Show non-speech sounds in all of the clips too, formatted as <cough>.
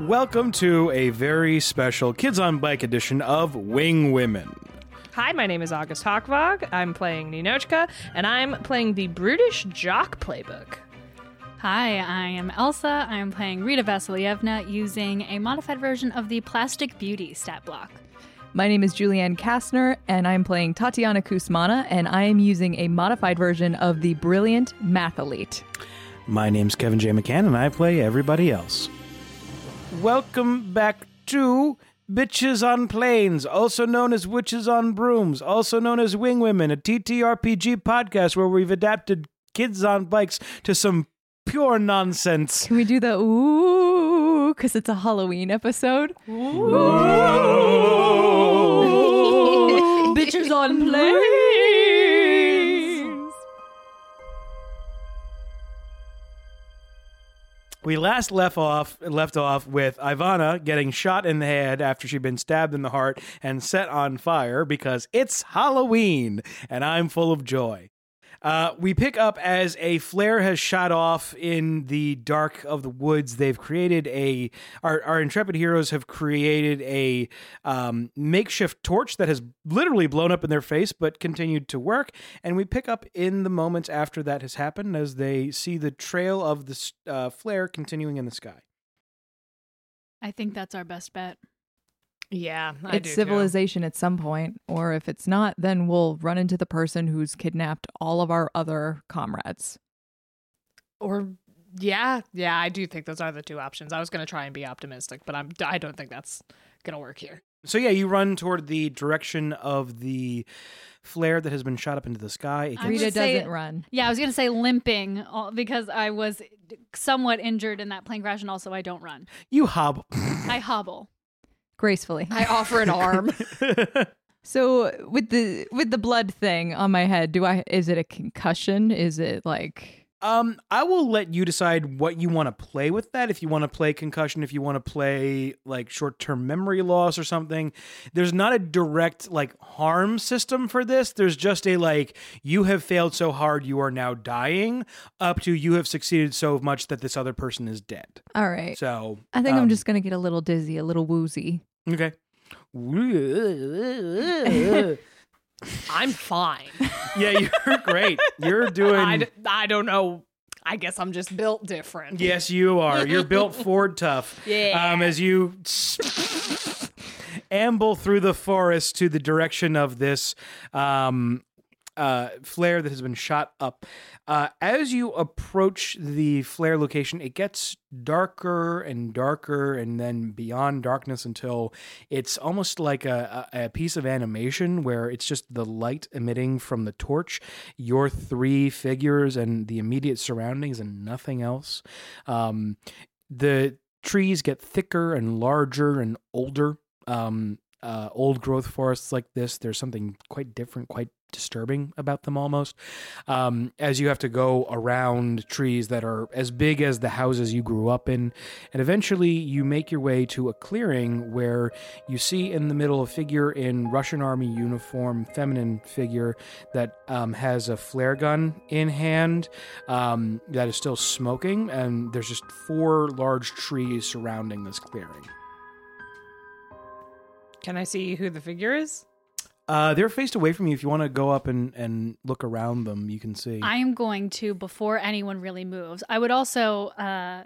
Welcome to a very special Kids on Bike edition of Wing Women. Hi, my name is August Hockvog. I'm playing Ninochka, and I'm playing the Brutish Jock playbook. Hi, I am Elsa. I'm playing Rita Vasilyevna using a modified version of the Plastic Beauty stat block. My name is Julianne Kastner, and I'm playing Tatiana Kusmana, and I am using a modified version of the brilliant mathlete. My name's Kevin J. McCann, and I play everybody else. Welcome back to Bitches on Planes, also known as Witches on Brooms, also known as Wing Women, a TTRPG podcast where we've adapted kids on bikes to some pure <laughs> nonsense. Can we do the ooh? Because it's a Halloween episode. Bitches on planes. We last left off left off with Ivana getting shot in the head after she'd been stabbed in the heart and set on fire because it's Halloween and I'm full of joy. Uh, we pick up as a flare has shot off in the dark of the woods. They've created a our, our intrepid heroes have created a um, makeshift torch that has literally blown up in their face, but continued to work. And we pick up in the moments after that has happened as they see the trail of the s- uh, flare continuing in the sky. I think that's our best bet. Yeah, I It's civilization at some point, or if it's not, then we'll run into the person who's kidnapped all of our other comrades. Or yeah, yeah, I do think those are the two options. I was going to try and be optimistic, but I'm I don't think that's going to work here. So yeah, you run toward the direction of the flare that has been shot up into the sky. It I gets- Rita would say- doesn't run. Yeah, I was going to say limping all- because I was somewhat injured in that plane crash, and also I don't run. you hob. I hobble. Gracefully. I offer an arm. So with the with the blood thing on my head, do I is it a concussion? Is it like Um, I will let you decide what you want to play with that. If you want to play concussion, if you want to play like short term memory loss or something, there's not a direct like harm system for this. There's just a like you have failed so hard you are now dying, up to you have succeeded so much that this other person is dead. all right? So I think um, I'm just gonna get a little dizzy, a little woozy. okay. <laughs> <laughs> I'm fine. yeah, you're great. <laughs> You're doing. I, d- I don't know. I guess I'm just built different. <laughs> Yes, you are. You're built Ford tough. Yeah. Um, as you amble through the forest to the direction of this um, uh, flare that has been shot up. Uh, as you approach the flare location, it gets darker and darker, and then beyond darkness until it's almost like a, a, a piece of animation where it's just the light emitting from the torch, your three figures, and the immediate surroundings, and nothing else. Um, the trees get thicker and larger and older. Um, uh, old growth forests like this, there's something quite different, quite disturbing about them almost. Um, as you have to go around trees that are as big as the houses you grew up in, and eventually you make your way to a clearing where you see in the middle a figure in Russian army uniform, feminine figure that um, has a flare gun in hand um, that is still smoking, and there's just four large trees surrounding this clearing. Can I see who the figure is? Uh, they're faced away from you. If you want to go up and, and look around them, you can see. I am going to before anyone really moves. I would also uh,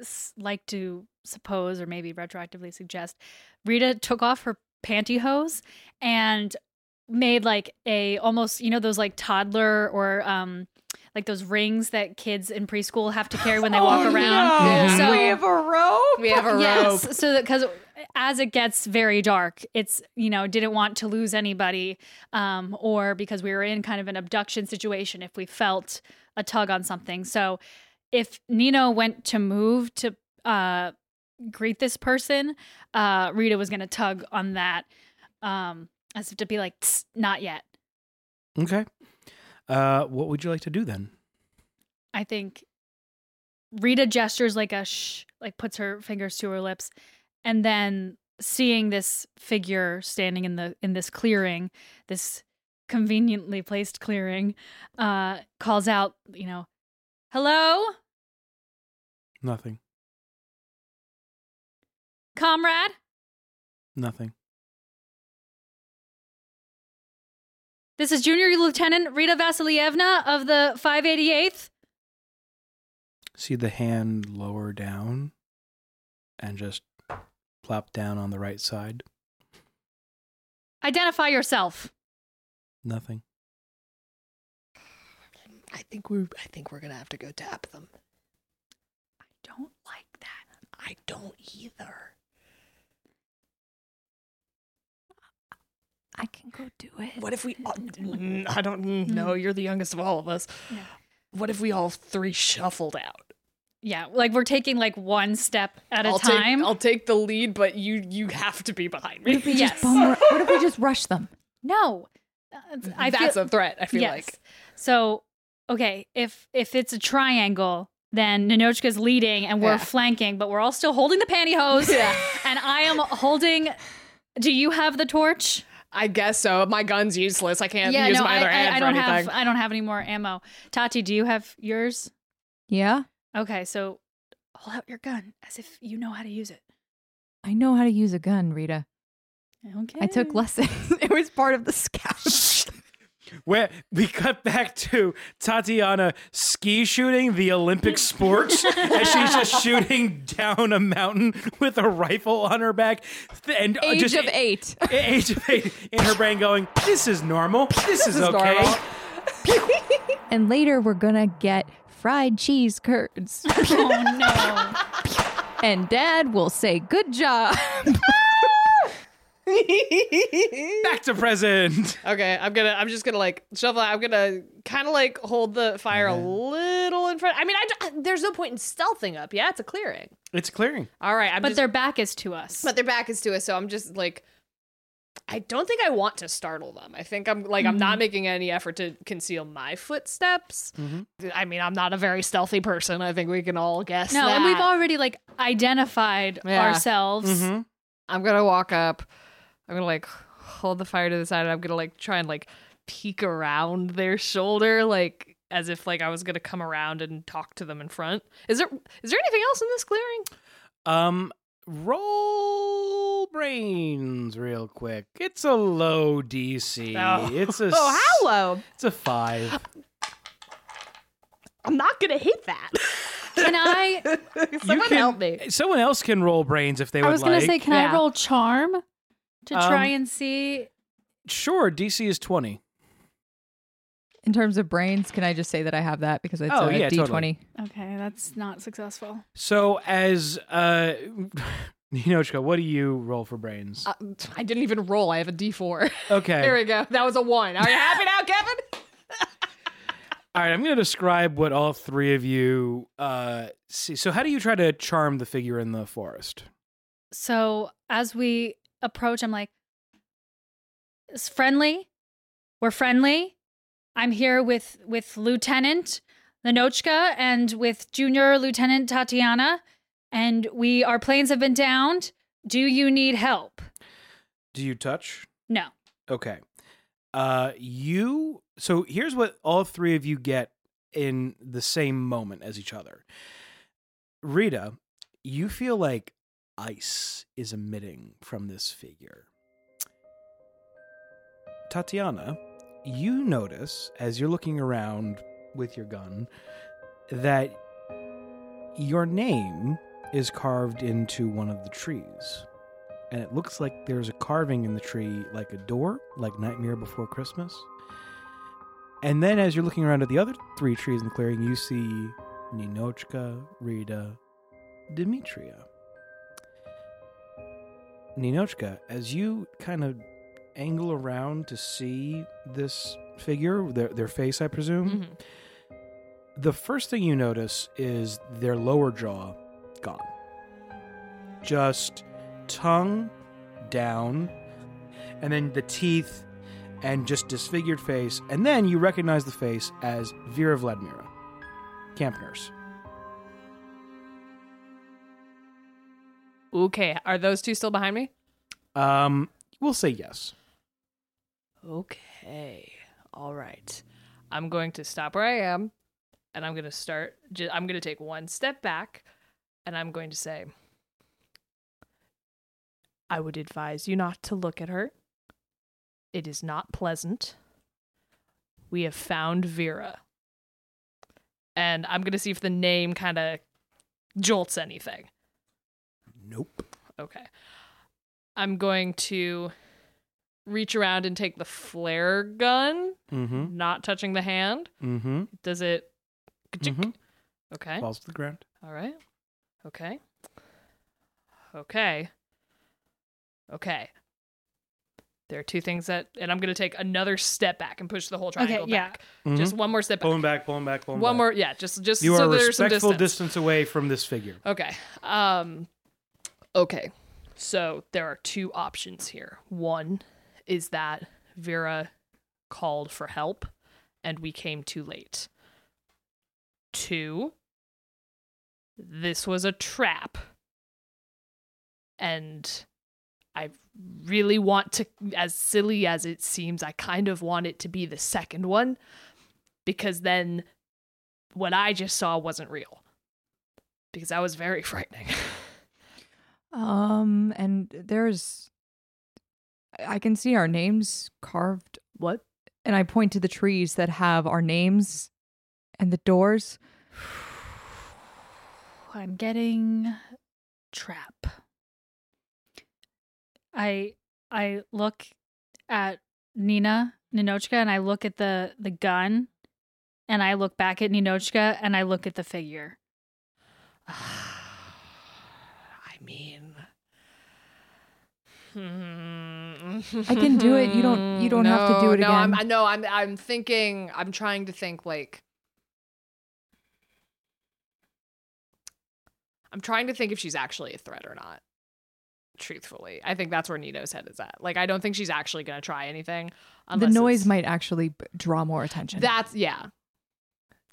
s- like to suppose, or maybe retroactively suggest, Rita took off her pantyhose and made like a almost you know those like toddler or um like those rings that kids in preschool have to carry when they <laughs> walk Oh, Oh, around. Mm-hmm. no. So- we have a rope. We have a rope. Yes, so that because as it gets very dark, it's you know didn't want to lose anybody, um, or because we were in kind of an abduction situation if we felt a tug on something. So if Nino went to move to uh, greet this person, uh, Rita was going to tug on that, um, as if to be like, "Tss, not yet. okay. Uh, what would you like to do then? I think Rita gestures like a shh, like puts her fingers to her lips, and then seeing this figure standing in the in this clearing, this conveniently placed clearing, uh, calls out, you know, "Hello." Nothing. comrade? Nothing. This is Junior Lieutenant Rita Vasilievna of the 588th. See the hand lower down and just plop down on the right side. Identify yourself. Nothing. I think we I think we're gonna have to go tap them. I don't like that. I don't either. I can go do it. What if we? all- Mm, I don't mm, know. You're the youngest of all of us. Yeah. What if we all three shuffled out Yeah, like we're taking like one step at a I'll time. Take, I'll take the lead, but you you have to be behind me. <laughs> yes. Bum ru- what if we just rush them? no. Uh, I feel, That's a threat. I feel like. So, okay, if if it's a triangle, then Ninochka's leading and we're Yeah. flanking, but we're all still holding the pantyhose. Yeah. And I am holding. Do you have the torch? I guess so. My gun's useless. I can't use my I, other I- hand I for don't have. anything. I don't have any more ammo. Tati, do you have yours? Yeah, Okay, so hold out your gun as if you know how to use it. I know how to use a gun, Rita. Okay. I took lessons. <laughs> it was part of the <laughs> scout. Where we cut back to Tatiana ski shooting the Olympic sports as she's just shooting down a mountain with a rifle on her back th- and uh, Age just of eight. a- age of eight in her brain going, "This is normal. This, is, okay." normal. and later we're gonna get fried cheese curds. <laughs> Oh <laughs> no. and Dad will say, "Good job." <laughs> <laughs> Back to present. Okay, I'm gonna. I'm just gonna like shovel. out. I'm gonna kind of like hold the fire a little in front. I mean, I d- uh, there's no point in stealthing up. Yeah, it's a clearing. It's clearing. All right, I'm But just, their back is to us. but their back is to us, so I'm just like, I don't think I want to startle them. I think I'm like I'm not making any effort to conceal my footsteps. I mean, I'm not a very stealthy person. I think we can all guess. no, and we've that. already like identified Yeah. Mm-hmm. ourselves. Mm-hmm. I'm gonna walk up. I'm gonna like hold the fire to the side. And I'm gonna like try and like peek around their shoulder, like as if like I was gonna come around and talk to them in front. Is there is there anything else in this clearing? Um, roll brains real quick. It's a low DC. Oh. It's <laughs> a s- low? It's a <laughs> five. I'm not gonna hit that. Can I? <laughs> Someone can- eh, help me. Someone else can roll brains if they I would was like. gonna say, can Yeah. I roll charm to try Um, and see? sure, DC is twenty. In terms of brains, can I just say that I have that because it's Oh, a yeah, D totally. twenty? Okay, that's not successful. So as uh, <laughs> Ninochka, what do you roll for brains? Uh, I didn't even roll. I have a D4. okay, There we go. That was a one. Are you happy now, Kevin? all right. I'm gonna describe what all three of you uh see. So how do you try to charm the figure in the forest? So as we approach, I'm like, it's friendly. We're friendly. I'm here with with Lieutenant Lenochka and with Junior Lieutenant Tatiana, and we our planes have been downed. Do you need help? Do you touch? No. Okay. Uh you so here's what all three of you get in the same moment as each other. Rita, you feel like ice is emitting from this figure. Tatiana, you notice as you're looking around with your gun that your name is carved into one of the trees and it looks like there's a carving in the tree, like a door, like Nightmare Before Christmas. And then as you're looking around at the other three trees in the clearing, you see Ninochka, Rita, Demetria. Ninochka, as you kind of angle around to see this figure, their, their face, I presume, the first thing you notice is their lower jaw gone. Just tongue down, and then the teeth, and just disfigured face. And then you recognize the face as Vera Vladimira, camp nurse. Okay. Are those two still behind me? Um, we'll say yes. Okay. All right. I'm going to stop where I am and I'm going to start. Ju- I'm going to take one step back and I'm going to say, I would advise you not to look at her. It is not pleasant. We have found Vera. And I'm going to see if the name kind of jolts anything. Nope. Okay. I'm going to reach around and take the flare gun, Mm-hmm. not touching the hand. Mm-hmm. Does it. Mhm. Okay. Falls to the ground. All right. Okay. Okay. Okay. There are two things that, and I'm going to take another step back and push the whole triangle yeah. back. Just one more step back. pulling back, pulling back, pulling One Mm-hmm. back. more, yeah. Just, just You so are a there's some respectful distance. distance away from this figure. Okay. Um okay. So there are two options here. One is that Vera called for help and we came too late. Two this was a trap. And I really want to as silly as it seems, I kind of want it to be the second one because then what I just saw wasn't real because that was very <laughs> frightening. Um, and there's, I can see our names carved. What? And I point to the trees that have our names and the doors. I'm getting trap. I I look at Nina Ninochka and I look at the the gun and I look back at Ninochka and I look at the figure. <sighs> I mean, I I can do it. You don't- you don't have to do it hmm. no, I'm, again. I know. I'm. I'm thinking. I'm trying to think. Like, I'm trying to think if she's actually a threat or not. Truthfully, I think that's where Nino's head is at. Like, I don't think she's actually going to try anything. the unless noise it's- might actually b- draw more attention. That's yeah.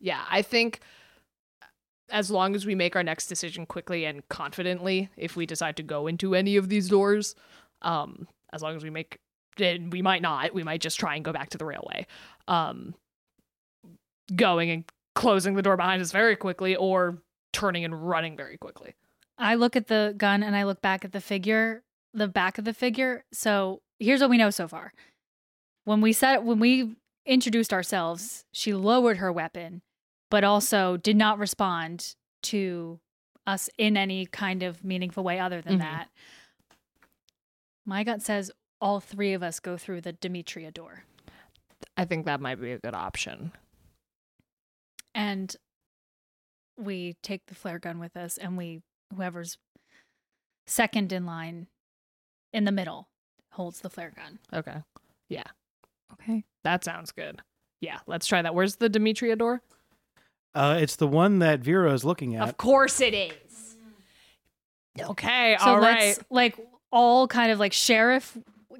Yeah, I think as long as we make our next decision quickly and confidently, if we decide to go into any of these doors, um, as long as we make then we might not, we might just try and go back to the railway. Um going and closing the door behind us very quickly or turning and running very quickly. I look at the gun and I look back at the figure, the back of the figure. So here's what we know so far. When we said when we introduced ourselves, she lowered her weapon, but also did not respond to us in any kind of meaningful way other than Mhm. that. My gut says all three of us go through the Demetria door. I think that might be a good option. and we take the flare gun with us and we whoever's second in line in the middle holds the flare gun Okay. okay. That sounds good. Yeah, let's try that. Where's the Demetria door? Uh, it's the one that Vera is looking at. Of course it is. Okay, so all right. let's like all kind of like sheriff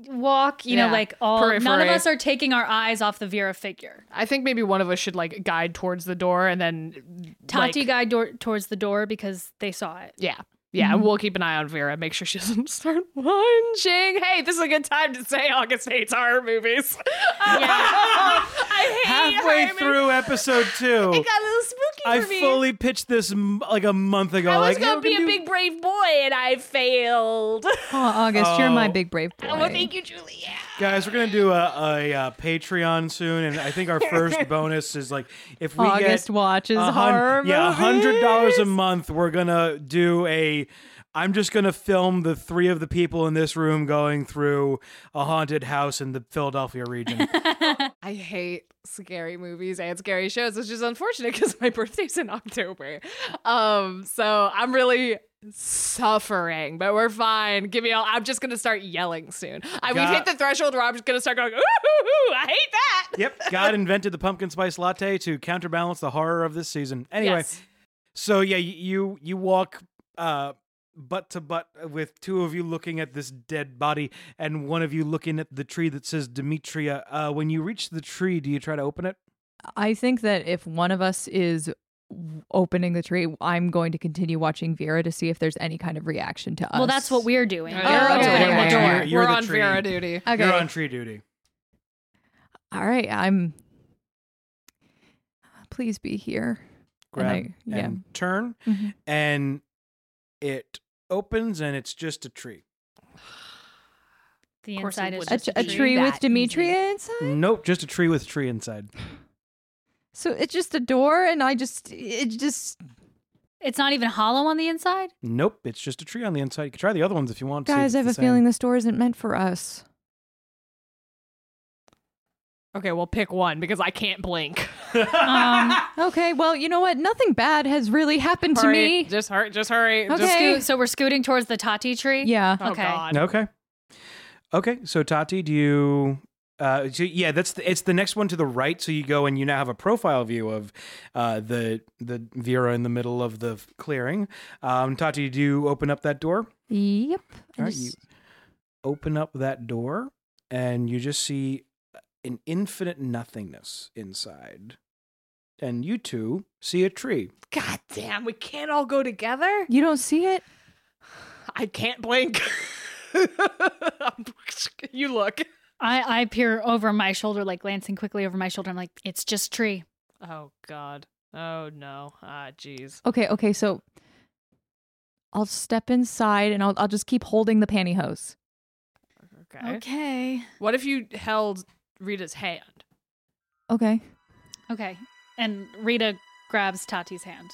walk you Yeah. know like all none of Periphery. us are taking our eyes off the vera figure I think maybe one of us should like guide towards the door and then tati like- guide door- towards the door because they saw <laughs> it Yeah. Yeah, and we'll keep an eye on Vera, make sure she <laughs> doesn't start lunging. Hey, this is a good time to say August hates horror movies. <laughs> I hate horror Halfway movies. through episode two, It got a little spooky I for me. fully pitched this m- like a month ago. I was like, "Yeah, gonna we're be a do- big brave boy, and I failed. Oh, August, you're my Oh. big brave boy. well, thank you, Julia. Guys, we're gonna do a, a, uh Patreon soon, and I think our first bonus is like if we August get watches a hun- horror yeah, hundred dollars a movies. month, we're gonna do a. I'm just gonna film the three of the people in this room going through a haunted house in the Philadelphia region. I hate scary movies and scary shows, which is unfortunate because my <laughs> birthday's in October. Um, so I'm really suffering, but we're fine. Give me all. I'm just gonna start yelling soon. I, we Got- hit the threshold where I'm just gonna start going. Ooh, ooh, <laughs> ooh, I hate that. yep, God invented the pumpkin spice latte to counterbalance the horror of this season. Anyway, Yes. So yeah, y- you you walk uh butt to butt with two of you looking at this dead body and one of you looking at the tree that says Demetria. Uh when you reach the tree, do you try to open it? I think that if one of us is w- opening the tree, I'm going to continue watching Vera to see if there's any kind of reaction to us. well that's what we're doing Oh, Vera's okay. opening the Okay. door. You're- you're we're the on tree. Vera duty. Okay. You're on tree duty. All right, I'm. Please be here. And Grab I- yeah. and turn Mhm. and it opens and it's just a tree. The Of course it inside is wouldn't. just A, t- a tree tree with that Demetria easy. inside. Nope, just a tree with tree inside. So it's just a door, and I just it just It's not even hollow on <laughs> the inside. Nope, it's just a tree on the inside. You can try the other ones if you want. see if guys. I have a it's the feeling same. this door isn't meant for us. Okay, well, pick one because I can't blink. Um, Okay, well you know what? Nothing bad has really happened to Hurry, me. Just hurry. Just hurry. Okay. Just, scoot- so we're scooting towards the Tati tree. yeah. oh, Okay. God. Okay. Okay. So Tati, do you? Uh, so yeah, that's the, it's the next one to the right. So you go and you now have a profile view of uh, the the Vera in the middle of the clearing. Um, Tati, do you open up that door? Yep. I All right, just- you open up that door and you just see an infinite nothingness inside. And you two see a tree. God damn, we can't all go together? you don't see it? I can't blink. <laughs> you look. I, I peer over my shoulder, like glancing quickly over my shoulder. I'm like, it's just tree. Oh, God. Oh, no. Ah, jeez. Okay, okay, so I'll step inside and I'll I'll just keep holding the pantyhose. Okay. Okay. What if you held Rita's hand? Okay. Okay. And Rita grabs Tati's hand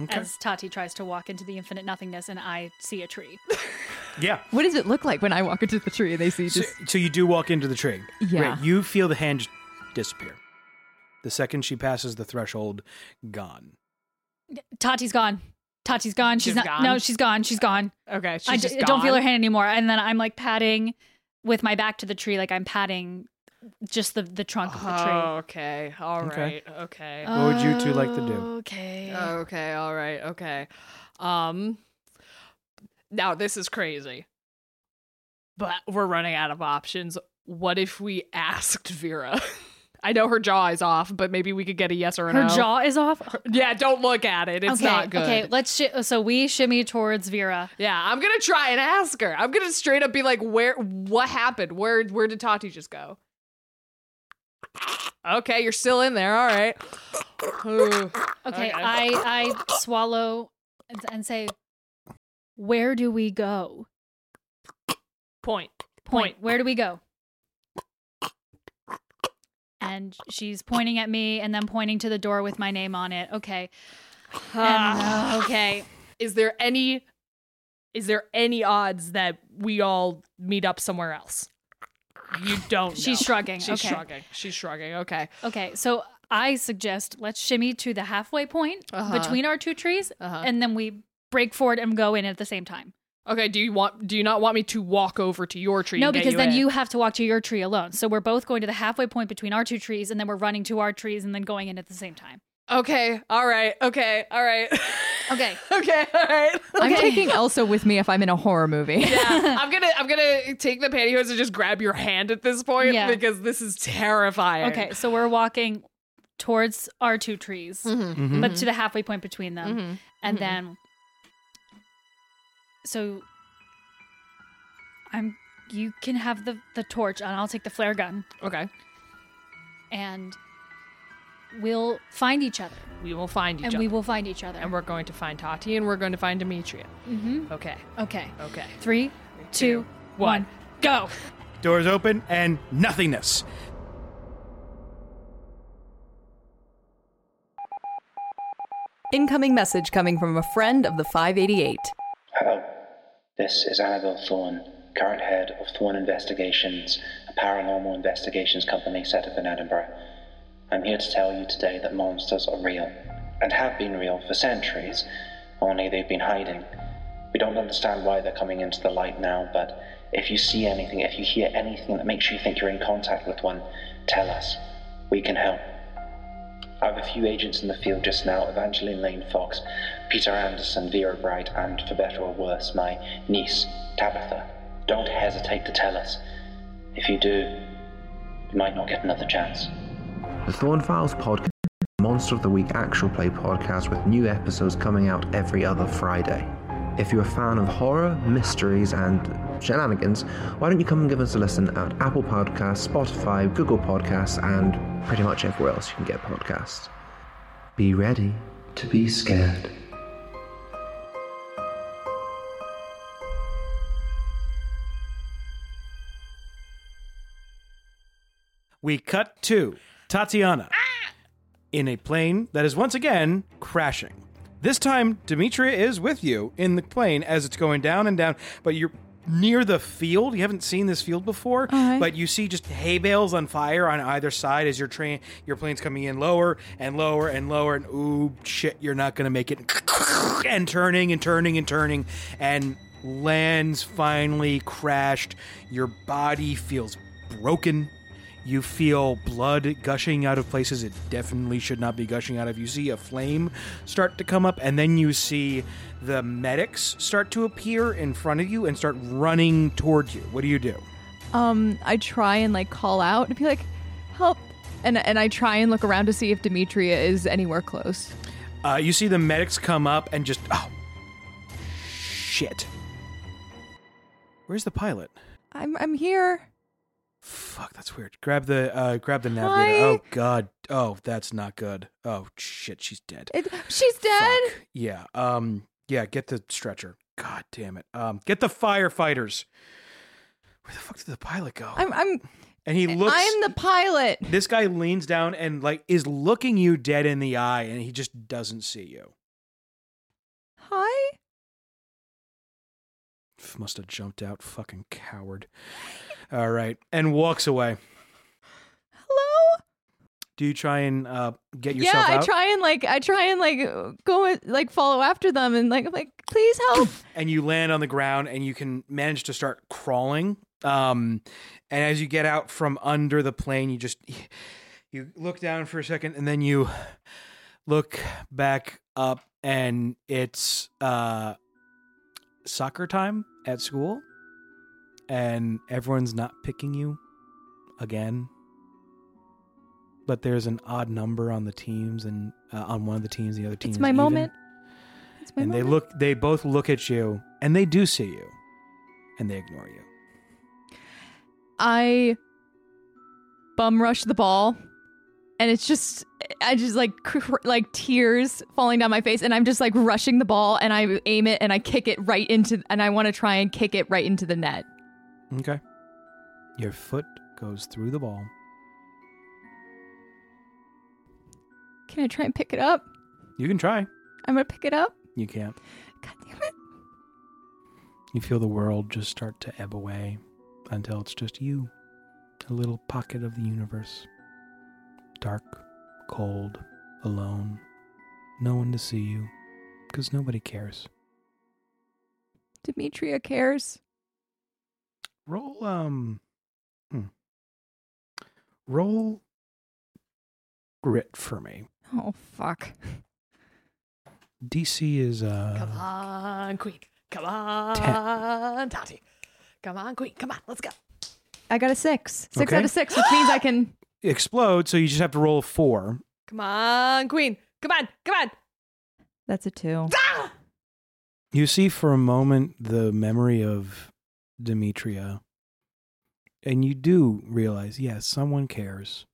Okay. as Tati tries to walk into the infinite nothingness, and I see a tree. Yeah. What does it look like when I walk into the tree and they see So, just so you do walk into the tree. Yeah. you feel the hand just disappear. The second she passes the threshold, gone. Tati's gone. Tati's gone. She's, She's not. gone? No, she's gone. She's gone. Okay. She's I d- just don't feel her gone? hand anymore. And then I'm like patting with my back to the tree, like I'm patting just the, the trunk of the tree. Oh, okay. Oh, All Okay. right. Okay. Oh, What would you two like to do? Okay. Okay. All right. Okay. Um. Now this is crazy, but we're running out of options. What if we asked Vera? <laughs> I know her jaw is off, but maybe we could get a yes or a Her no. jaw is off. Yeah. Don't look at it. It's okay, not good. Okay, let's sh- so we shimmy towards Vera. Yeah, I'm gonna try and ask her. I'm gonna straight up be like, "Where? What happened? Where? Where did Tati just go?" Okay, you're still in there. All right. Ooh. Okay, Okay. I I swallow and, and say, where do we go? <sighs> Point. Point. Where do we go? And she's pointing at me and then pointing to the door with my name on it. Okay. <sighs> And, uh, <laughs> okay. Ah. is there any is there any odds that we all meet up somewhere else you don't She's know. shrugging. she's okay. shrugging she's shrugging okay Okay. So I suggest let's shimmy to the halfway point Uh-huh. between our two trees uh-huh. and then we break forward and go in at the same time. okay do you want do you not want me to walk over to your tree No, and get because then in? you have to walk to your tree alone. So we're both going to the halfway point between our two trees, and then we're running to our trees, and then going in at the same time. okay all right okay all right <laughs> Okay. okay all right <laughs> <laughs> I'm taking Elsa with me if I'm in a horror movie. yeah, I'm gonna I'm gonna take the pantyhose and just grab your hand at this point Yeah. because this is terrifying. Okay. So we're walking towards our two trees, Mm-hmm. Mhm. but to the halfway point between them, Mhm. and then. So. I'm. You can have the the torch, and I'll take the flare gun, Okay. and we'll find each other, We will find each and other. we will find each other. and we're going to find Tati and we're going to find Demetria. Mhm. Okay. okay. Okay. Three, two, two, one, go. Doors open and nothingness. Incoming message coming from a friend of the 588. Hello. This is Annabel Thorne, current head of Thorne Investigations, a paranormal investigations company set up in Edinburgh. I'm here to tell you today that monsters are real, and have been real for centuries, only they've been hiding. We don't understand why they're coming into the light now, but if you see anything, if you hear anything that makes you think you're in contact with one, tell us. We can help. I have a few agents in the field just now Evangeline Lane Fox, Peter Anderson, Vera Bright, and for better or worse, my niece, Tabitha. Don't hesitate to tell us. If you do, you might not get another chance. The Thorn Files podcast, Monster of the Week actual play podcast with new episodes coming out every other Friday. If you're a fan of horror, mysteries, and shenanigans, why don't you come and give us a listen at Apple Podcasts, Spotify, Google Podcasts, and pretty much everywhere else you can get podcasts. Be ready to be scared. we cut to Tatiana in a plane that is once again crashing. This time, Demetria is with you in the plane as it's going down and down, but you're near the field. You haven't seen this field before, but you see just hay bales on fire on either side as your train, your plane's coming in lower and lower and lower, and ooh, shit, you're not gonna make it. And turning and turning and turning, and lands finally crashed. Your body feels broken. You feel blood gushing out of places it definitely should not be gushing out of. You see a flame start to come up, and then you see the medics start to appear in front of you and start running toward you. What do you do? Um, I try and like call out and be like, "Help!" and and I try and look around to see if Demetria is anywhere close. Uh, you see the medics come up and just, oh, shit. Where's the pilot? I'm I'm here. Fuck, that's weird. Grab the uh, grab the navigator. Hi. Oh god. Oh, that's not good. Oh shit, she's dead. It, she's dead. Fuck. Yeah. Um. Yeah. Get the stretcher. God damn it. Um. Get the firefighters. Where the fuck did the pilot go? I'm I'm and he looks. I'm the pilot. this guy leans down and like is looking you dead in the eye, and he just doesn't see you. Hi. F- Must have jumped out, fucking coward. All right, and walks away. Hello. Do you try and uh, get yourself yeah, out? I try and like I try and like go and, like follow after them and like I'm like please <sighs> help. and you land on the ground and you can manage to start crawling um and as you get out from under the plane you just you look down for a second and then you look back up and it's uh soccer time at school and everyone's not picking you again but there's an odd number on the teams and uh, on one of the teams the other team it's is my even moment. It's my and moment. they look they both look at you and they do see you and they ignore you I bum rush the ball, and it's just I just like cr- like tears falling down my face, and I'm just like rushing the ball, and I aim it, and I kick it right into, and I want to try and kick it right into the net. okay your foot goes through the ball Can I try and pick it up? you can try I'm gonna pick it up. you can't God damn it! you feel the world just start to ebb away until it's just you a little pocket of the universe dark cold alone no one to see you because nobody cares Demetria cares. roll um hmm. roll grit for me Oh fuck! dc is uh Come on, Queen. Come on, Tati. Come on, Queen. Come on, let's go. I got a six, six Okay. out of six, which means I can. explode, so you just have to roll a four. Come on, Queen. Come on, come on. <gasps> That's a two. You see for a moment the memory of Demetria, and you do realize, yes, someone cares.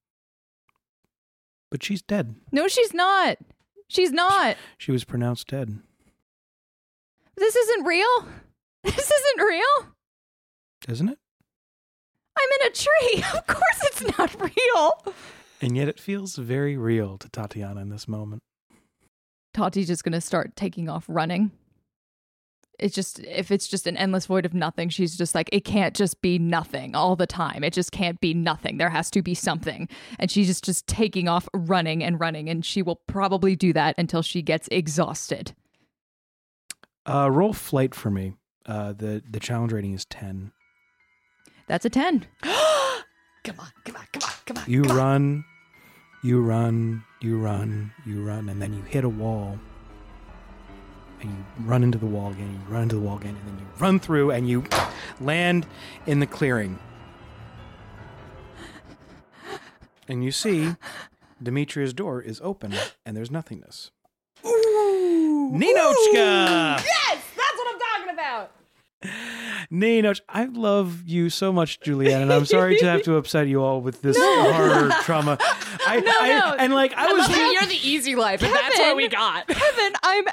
But she's dead. No, she's not. She's not. She was pronounced dead. This isn't real. <laughs> This isn't real. Isn't it? I'm in a tree. <laughs> Of course it's not real. And yet it feels very real to Tatiana in this moment. Tati's just going to start taking off running. It's just, if it's just an endless void of nothing, she's just like, it can't just be nothing all the time. It just can't be nothing. There has to be something. And she's just, just taking off running and running. And she will probably do that until she gets exhausted. Uh, roll flight for me. Uh, the the challenge rating is ten. That's a 10. Come on, come on, come on, come on. You run, you run, you run, you run, and then you hit a wall. And you run into the wall again, you run into the wall again, and then you run through and you land in the clearing. And you see Demetria's door is open and there's nothingness. Ninochka! That's what I'm talking about. Ninoch, I love you so much, Julianne, and I'm sorry to have to upset you all with this horror trauma. I, I, and like I, was You're you're the easy life, and that's what we got. Kevin, I'm <laughs>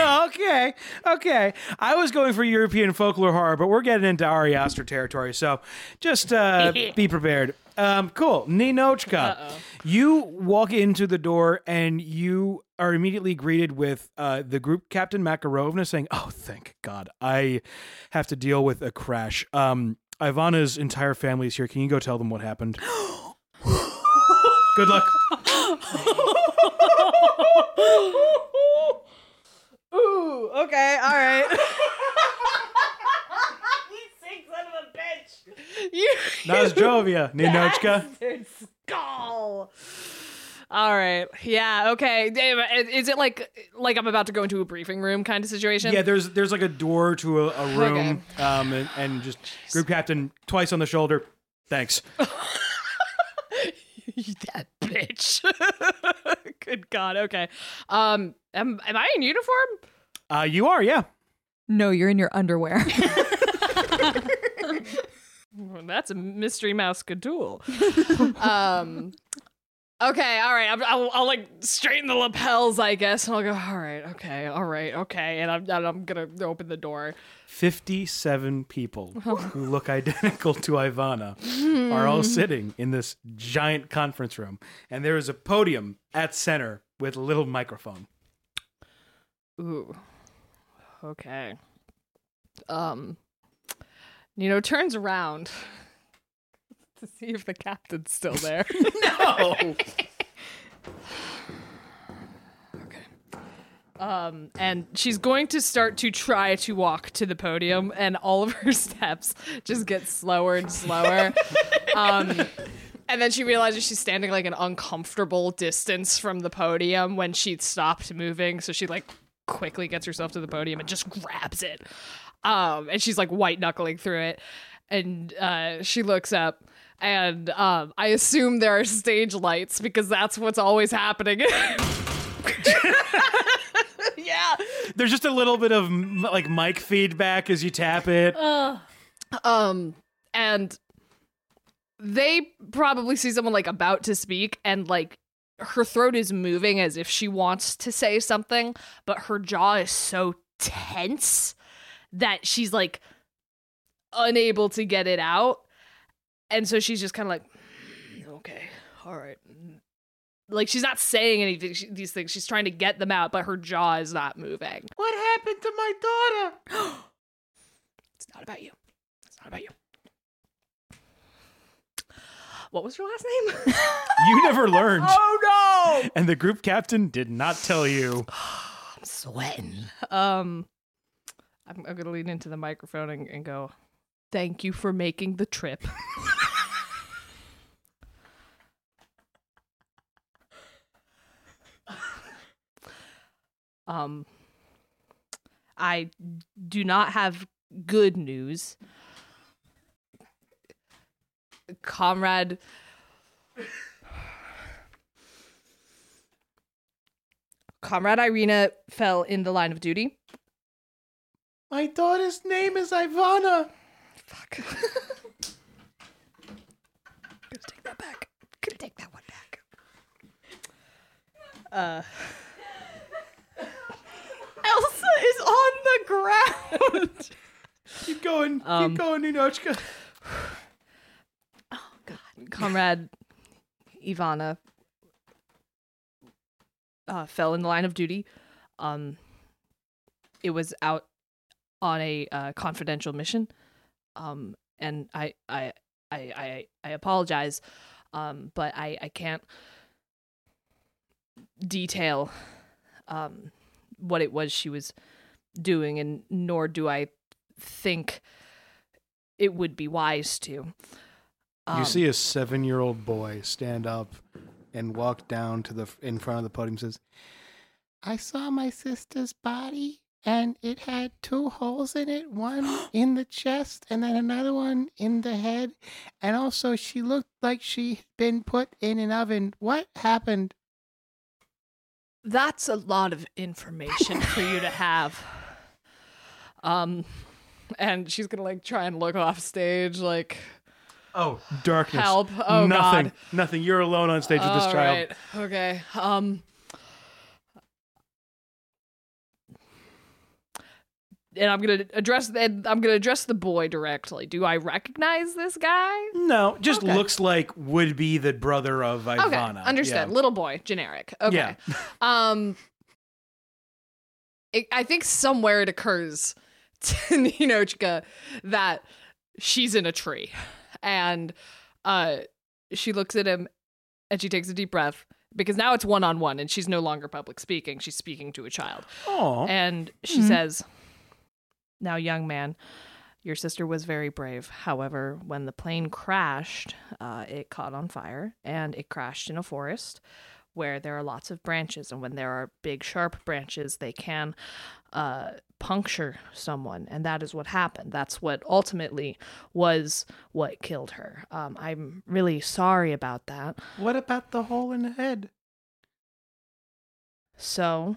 <laughs> okay, okay. I was going for European folklore horror, but we're getting into Ari Aster territory, so just uh, be prepared. Um, cool. Ninochka, you walk into the door and you are immediately greeted with uh, the group captain Makarovna saying, "Oh, thank God, I have to deal with a crash. Um, Ivana's entire family is here. Can you go tell them what happened? <laughs> Good luck." Ooh, okay, all right. you Nasjovia, Ninochka. <laughs> bastard skull. All right. Yeah. Okay. Damn, i- Is it like like I'm about to go into a briefing room kind of situation? Yeah, there's there's like a door to a, a room, um, and, and just group captain twice on the shoulder. Thanks. <laughs> that bitch. <laughs> Good God. Okay. Um. Am, am I in uniform? Uh, you are, yeah. No, you're in your <laughs> underwear. Well, that's a mystery mouse gadool. um. Okay, all right. I'm, I'll, I'll like straighten the lapels, I guess, and I'll go. All right, okay, all right, okay, and I'm and I'm gonna open the door. Fifty-seven <laughs> people who look identical to Ivana are Hmm. all sitting in this giant conference room, and there is a podium at center with a little microphone. Ooh. Okay. Um you know, turns around <laughs> to see if the captain's still there. <sighs> no. okay. Um and she's going to start to try to walk to the podium and all of her <laughs> steps just get slower and slower. um and then she realizes she's standing like an uncomfortable distance from the podium when she stopped moving. So she like quickly gets herself to the podium and just grabs it. Um, and she's like white knuckling through it. And uh, she looks up. And um, I assume there are stage lights because that's what's always happening. <laughs> yeah. There's just a little bit of m- like mic feedback as you tap it. Uh. Um, and they probably see someone like about to speak, and like her throat is moving as if she wants to say something, but her jaw is so tense that she's like unable to get it out. And so she's just kind of like, "Mm, okay, all right. Like she's not saying anything, she, these things. She's trying to get them out, but her jaw is not moving. What happened to my daughter? <gasps> It's not about you. It's not about you. What was your last <laughs> name? You never learned, oh no! and the group captain did not tell <sighs> you. I'm sweating. Um, I'm, I'm gonna lean into the microphone and, and go. Thank you for making the trip. <laughs> um, I do not have good news. Comrade Comrade Irina fell in the line of duty. My daughter's name is Ivana. <laughs> Fuck. I'm gonna take that back. I'm gonna take that one back. Uh <laughs> Elsa is on the ground. Keep going, Um, keep going, Ninochka. comrade Ivana uh, fell in the line of duty. Um, it was out on a uh, confidential mission, um, and I, I, I, I, I apologize, um, but I, I can't detail um, what it was she was doing, and nor do I think it would be wise to. you Um, see a seven-year-old boy stand up and walk down to the in front of the podium. and Says, "I saw my sister's body, and it had two holes in it. One in the chest, and then another one in the head. And also, she looked like she had been put in an oven. What happened?" that's a lot of information for you <sighs> to have. Um, and she's gonna like try and look off stage, like, Oh, darkness. Help. Oh, nothing. God. Nothing. You're alone on stage with this child. All right. Okay. Um. And I'm gonna address. And I'm gonna address the boy directly. Do I recognize this guy? No, just Okay. looks like would be the brother of Ivana. Okay, understood. Little boy, generic. Okay. Yeah. <laughs> um, it, I think somewhere it occurs <laughs> to Ninochka that she's in a tree, and uh, she looks at him, and she takes a deep breath because now it's one on one, and she's no longer public speaking. She's speaking to a child. Oh, And she says, Now, young man, your sister was very brave. However, when the plane crashed, uh, it caught on fire and it crashed in a forest where there are lots of branches. And when there are big, sharp branches, they can uh, puncture someone. And that is what happened. That's what ultimately was what killed her. Um, I'm really sorry about that. what about the hole in the head? So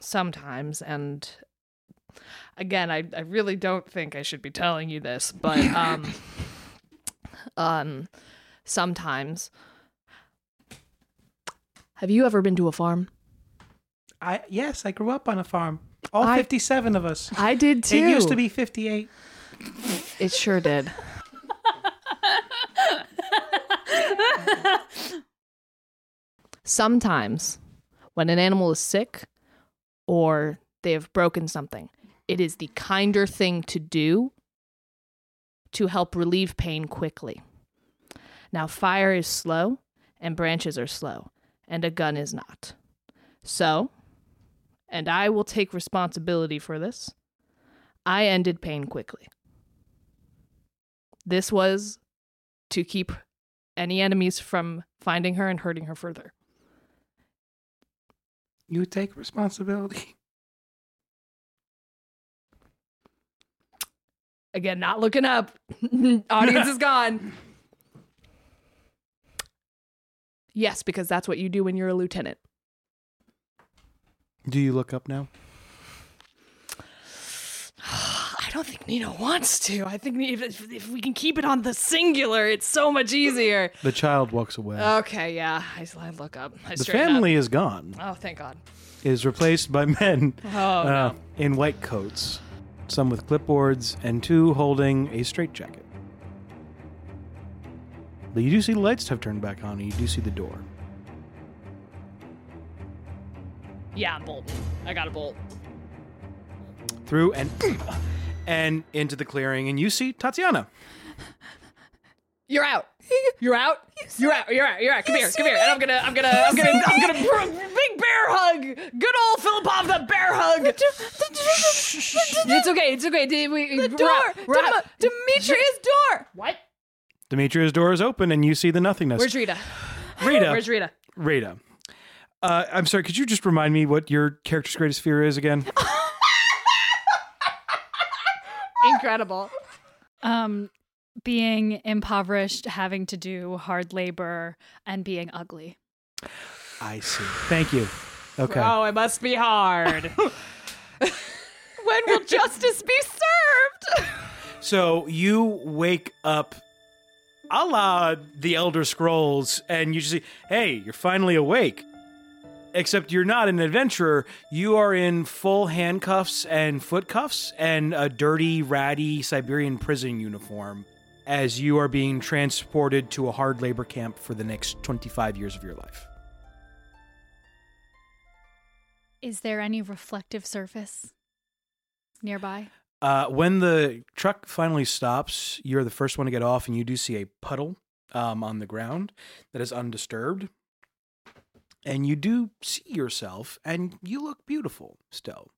sometimes and again I, I really don't think I should be telling you this, <laughs> but um um sometimes have you ever been to a farm? I yes, I grew up on a farm. All I- 57 of us. I did too. It used to be 58. It sure did. Sometimes, when an animal is sick or they have broken something, it is the kinder thing to do to help relieve pain quickly. Now, fire is slow, and branches are slow, and a gun is not. So, and I will take responsibility for this, I ended pain quickly. This was to keep any enemies from finding her and hurting her further. You take responsibility. Again, not looking up. <laughs> Audience is gone. Yes, because that's what you do when you're a lieutenant. Do you look up now? I don't think Nina wants to. I think if, if, if we can keep it on the singular, it's so much easier. The child walks away. Okay, yeah, I, I look up. I the straighten Uh, up. family is gone. Oh, thank God. Is replaced by men Oh, uh, in white coats, some with clipboards, and two holding a straitjacket. But you do see the lights have turned back on, and you do see the door. yeah, I'm bolting. I got a bolt. through and <clears throat> and into the clearing, and you see Tatiana. You're <laughs> out. You're out. You're out. You're out. You're out. Come here. Come here. And I'm gonna. I'm gonna. I'm gonna. I'm gonna. br- <laughs> Big bear hug. Good old Philipov the bear hug. It's okay. It's okay. Did we? The door! Demetrius' door! What? Demetria's door is open, and you see the nothingness. Where's Rita? Rita? Where's Rita? Rita. Uh, I'm sorry. Could you just remind me what your character's greatest fear is again? <laughs> Incredible. Um, being impoverished, having to do hard labor, and being ugly. <laughs> I see. Thank you. Okay. Oh, it must be hard. when will justice be served? So you wake up a la the Elder Scrolls, and you just see, hey, you're finally awake. Except you're not an adventurer. You are in full handcuffs and foot cuffs and a dirty, ratty Siberian prison uniform as you are being transported to a hard labor camp for the next 25 years of your life. Is there any reflective surface nearby? Uh, when the truck finally stops, you're the first one to get off, and you do see a puddle um, on the ground that is undisturbed. And you do see yourself, and you look beautiful still.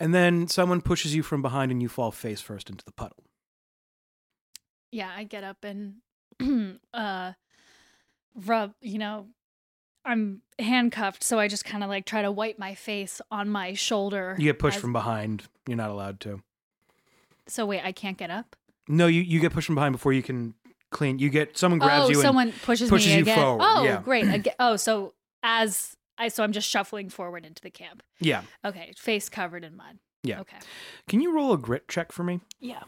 And then someone pushes you from behind, and you fall face first into the puddle. Yeah, I get up and <clears throat> uh rub, you know, I'm handcuffed, so I just kind of like try to wipe my face on my shoulder. You get pushed as- from behind. You're not allowed to. So wait, I can't get up. No, you, you get pushed from behind before you can clean. You get someone grabs oh, you. and, someone pushes, pushes me you again. forward, Oh, yeah. <clears throat> great. Aga oh, so as I so I'm just shuffling forward into the camp. yeah. Okay, face covered in mud. Yeah. Okay. Can you roll a grit check for me? Yeah.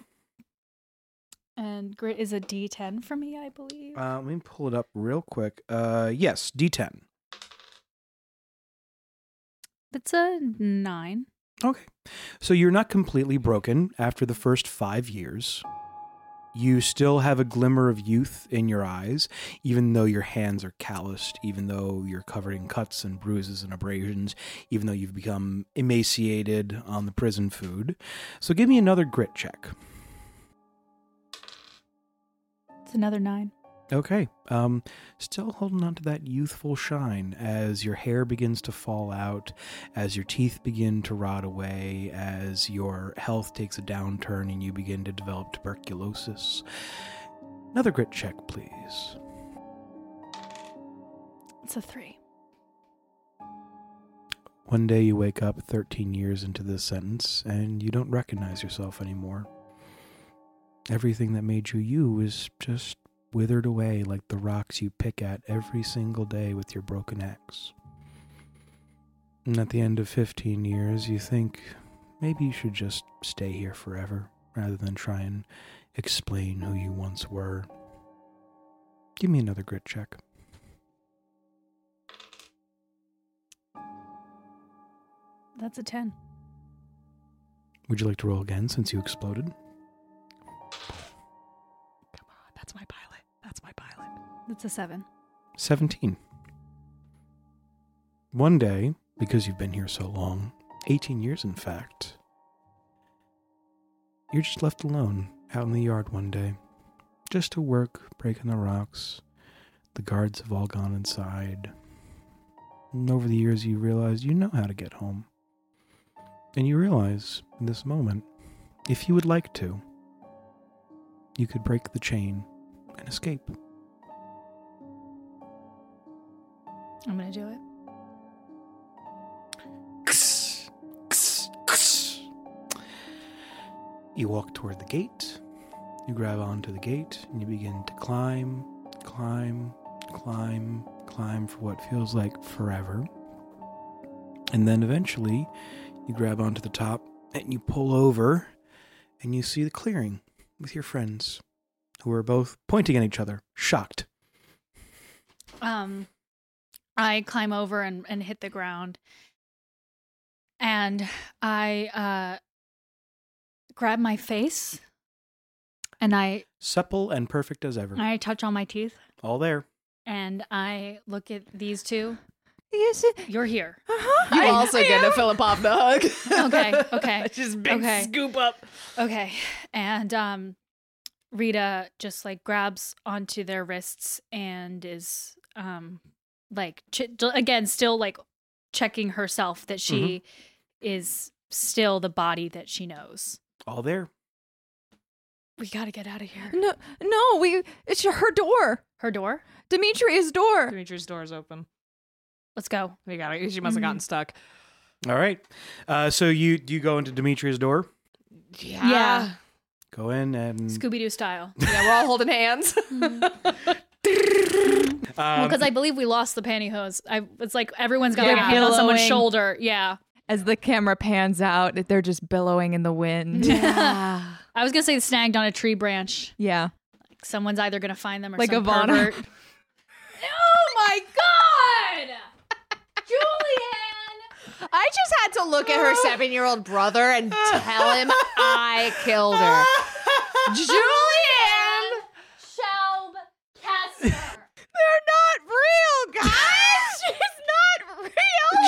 And grit is a D10 for me, I believe. Uh, let me pull it up real quick. Uh, yes, D10. That's a nine. Okay. So you're not completely broken after the first five years. You still have a glimmer of youth in your eyes, even though your hands are calloused, even though you're covered in cuts and bruises and abrasions, even though you've become emaciated on the prison food. So give me another grit check. It's another nine. Okay. Um, still holding on to that youthful shine as your hair begins to fall out, as your teeth begin to rot away, as your health takes a downturn and you begin to develop tuberculosis. Another grit check, please. It's a three. One day you wake up 13 years into this sentence and you don't recognize yourself anymore. Everything that made you you is just withered away like the rocks you pick at every single day with your broken axe. And at the end of 15 years, you think maybe you should just stay here forever rather than try and explain who you once were. Give me another grit check. That's a 10. Would you like to roll again since you exploded? Come on, that's my pilot. That's my pilot. That's a seven. 17. One day, because you've been here so long, 18 years in fact, you're just left alone out in the yard one day, just to work, breaking the rocks. The guards have all gone inside. And over the years, you realize you know how to get home. And you realize in this moment, if you would like to, you could break the chain and escape. I'm going to do it. You walk toward the gate. You grab onto the gate and you begin to climb, climb, climb, climb for what feels like forever. And then eventually you grab onto the top and you pull over and you see the clearing with your friends who are both pointing at each other, shocked. um i climb over and, and hit the ground and i uh grab my face and i Supple and perfect as ever. i touch all my teeth All there. and i look at these two Yes. you're here Uh-huh. <laughs> You I- also I get a am. Filipov the <laughs> hug. Okay, okay, <laughs> Just big okay. scoop up. okay <sighs> and um rita just like grabs onto their wrists and is um like ch- again still like checking herself that Mm-hmm. she is still the body that she knows All there. we gotta get out of here No, no, we. It's her door. her door Demetrius' door. Dimitri's door is open. let's go We got it. She must have gotten stuck. All right. Uh, so you you go into Demetri's door. Yeah. Yeah. Yeah. Go in and Mm. scooby-doo <laughs> style we're all holding hands. um, because I believe we lost the pantyhose. I it's like everyone's got They're like a hand on someone's billowing. shoulder. Yeah, As the camera pans out, they're just billowing in the <laughs> wind. yeah. I was gonna say snagged on a tree branch. yeah. Someone's either gonna find them or Like some Ivana. pervert. oh my god, Julian! I just had to look at her seven year old brother and tell him I killed her. Julianne! Shelb Kessler. They're not real, <laughs> guys! She's not real!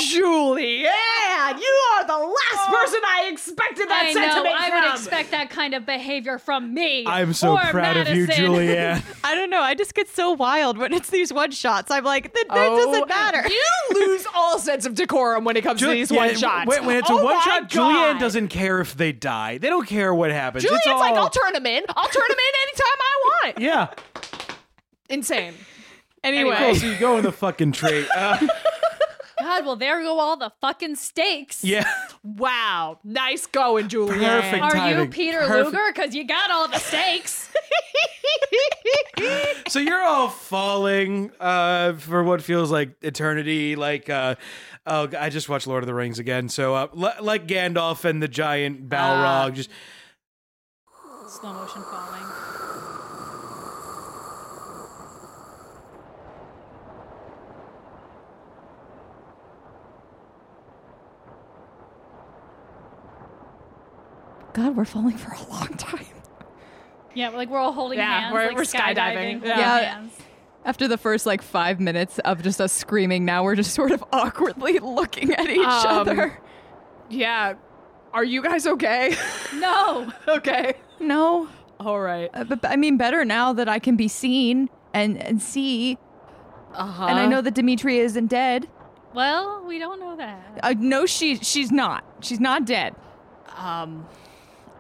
Julianne, you are the last person I expected that I know. sentiment I from. would expect that kind of behavior from me. I'm so or proud Madison. of you, <laughs> Julianne. <laughs> I don't know. I just get so wild when it's these one shots. I'm like, that, that Oh, doesn't matter. You lose all sense of decorum when it comes to Ju- <laughs> these yeah, one shots. When, when it's a Oh one my shot, God. Julianne doesn't care if they die. They don't care what happens. Julianne's it's all, like, I'll turn him in. I'll turn him in anytime I want. Yeah. Insane. Cool. Anyway, So you go in the fucking tree. Uh, <laughs> God, well there go all the fucking stakes. yeah. wow, nice going, Julianne. Perfect. Are you timing. Peter Perfect. Luger? Because you got all <laughs> the stakes. so you're all falling uh, for what feels like eternity. Like, uh, oh, I just watched Lord of the Rings again. So, uh, li- like Gandalf and the giant Balrog, just Slow motion falling. God, we're falling for a long time. Yeah, like we're all holding Yeah, hands. we're- like we're skydiving. skydiving. holding Yeah. hands. After the first like five minutes of just us screaming, now we're just sort of <laughs> awkwardly looking at each Um, other. Yeah. Are you guys okay? No. okay. No, All right. uh, but but I mean, better now that I can be seen and and see, Uh-huh. and I know that Dimitri isn't dead. Well, we don't know that. Uh, no, she she's not. She's not dead. Um,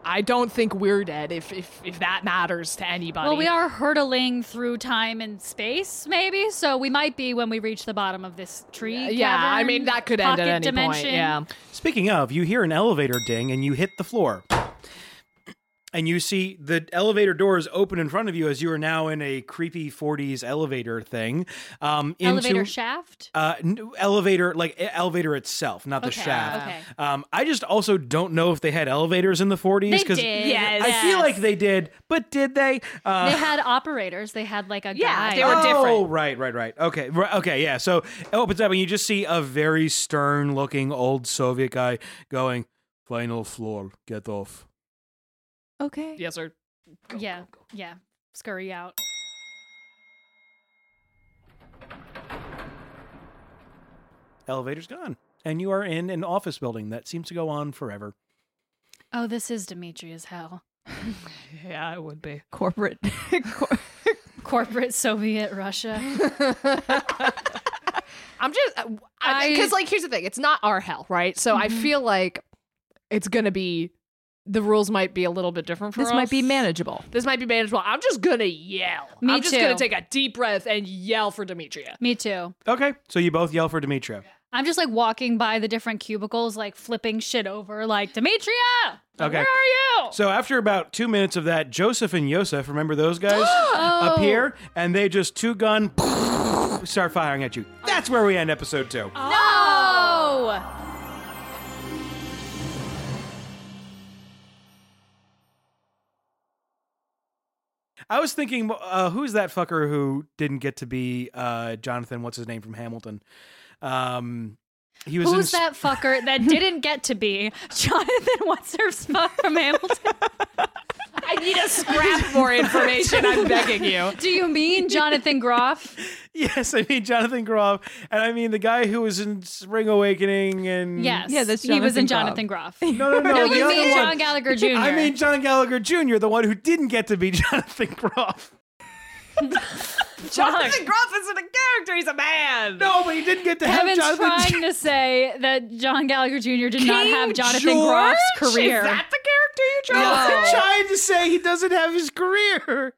I don't think we're dead. If if if that matters to anybody. Well, we are hurtling through time and space, maybe. So we might be when we reach the bottom of this tree. Yeah, I cavern, mean that could end at pocket any dimension. point. Yeah. Speaking of, you hear an elevator ding and you hit the floor. And you see the elevator doors open in front of you as you are now in a creepy 40s elevator thing. Um, into, Elevator shaft. uh, n- elevator, like e- elevator itself, not the Okay, shaft. okay. Um, I just also don't know if they had elevators in the 40s. They 'cause did. Yes. I feel like they did, but did they? Uh, they had operators. They had like a Yeah, guy. they were oh, different. right, right, right. Okay, right, okay, yeah. So oh, it opens up and you just see a very stern-looking old Soviet guy going, "Final floor, get off." Okay. Yes, sir. yeah, yeah. Scurry out. Elevator's gone, and you are in an office building that seems to go on forever. Oh, this is Dimitri as hell. Yeah, it would be. Corporate. <laughs> cor- Corporate Soviet Russia. I'm uh, just because like here's the thing, it's not our hell, right? So I feel like It's gonna be. The rules might be a little bit different for this us. might be manageable. This might be manageable. I'm just gonna yell. Me I'm just too. gonna take a deep breath and yell for Demetria. Me too. Okay, so you both yell for Demetrio. I'm just like walking by the different cubicles, like flipping shit over, like Demetria. Okay. Where are you? So after about two minutes of that, Joseph and Yosef, remember those <gasps> guys, Oh. appear and they just two gun <laughs> start firing at you. That's where we end episode two. no. I was thinking, uh, who's that fucker who didn't get to be uh, Jonathan? What's his name from Hamilton? Um, he was in Who's Sp- that fucker that didn't get to be <laughs> Jonathan What's fuck from Hamilton? I need a scrap more information. I'm begging you. Do you mean Jonathan Groff? <laughs> Yes, I mean Jonathan Groff, and I mean the guy who was in Spring Awakening and Yes. Yeah, that's he was in Jonathan Jonathan Groff. No, no, no. No, the you other mean one. John Gallagher Jr. <laughs> I mean John Gallagher Jr., the one who didn't get to be <laughs> Jonathan Groff. Jonathan Groff isn't a character. He's a man. No, but he didn't get to <laughs> Kevin's have Jonathan. trying to say that John Gallagher Jr. did not have Jonathan George? Groff's career. Is that the character you chose? I'm trying to say he doesn't have his career.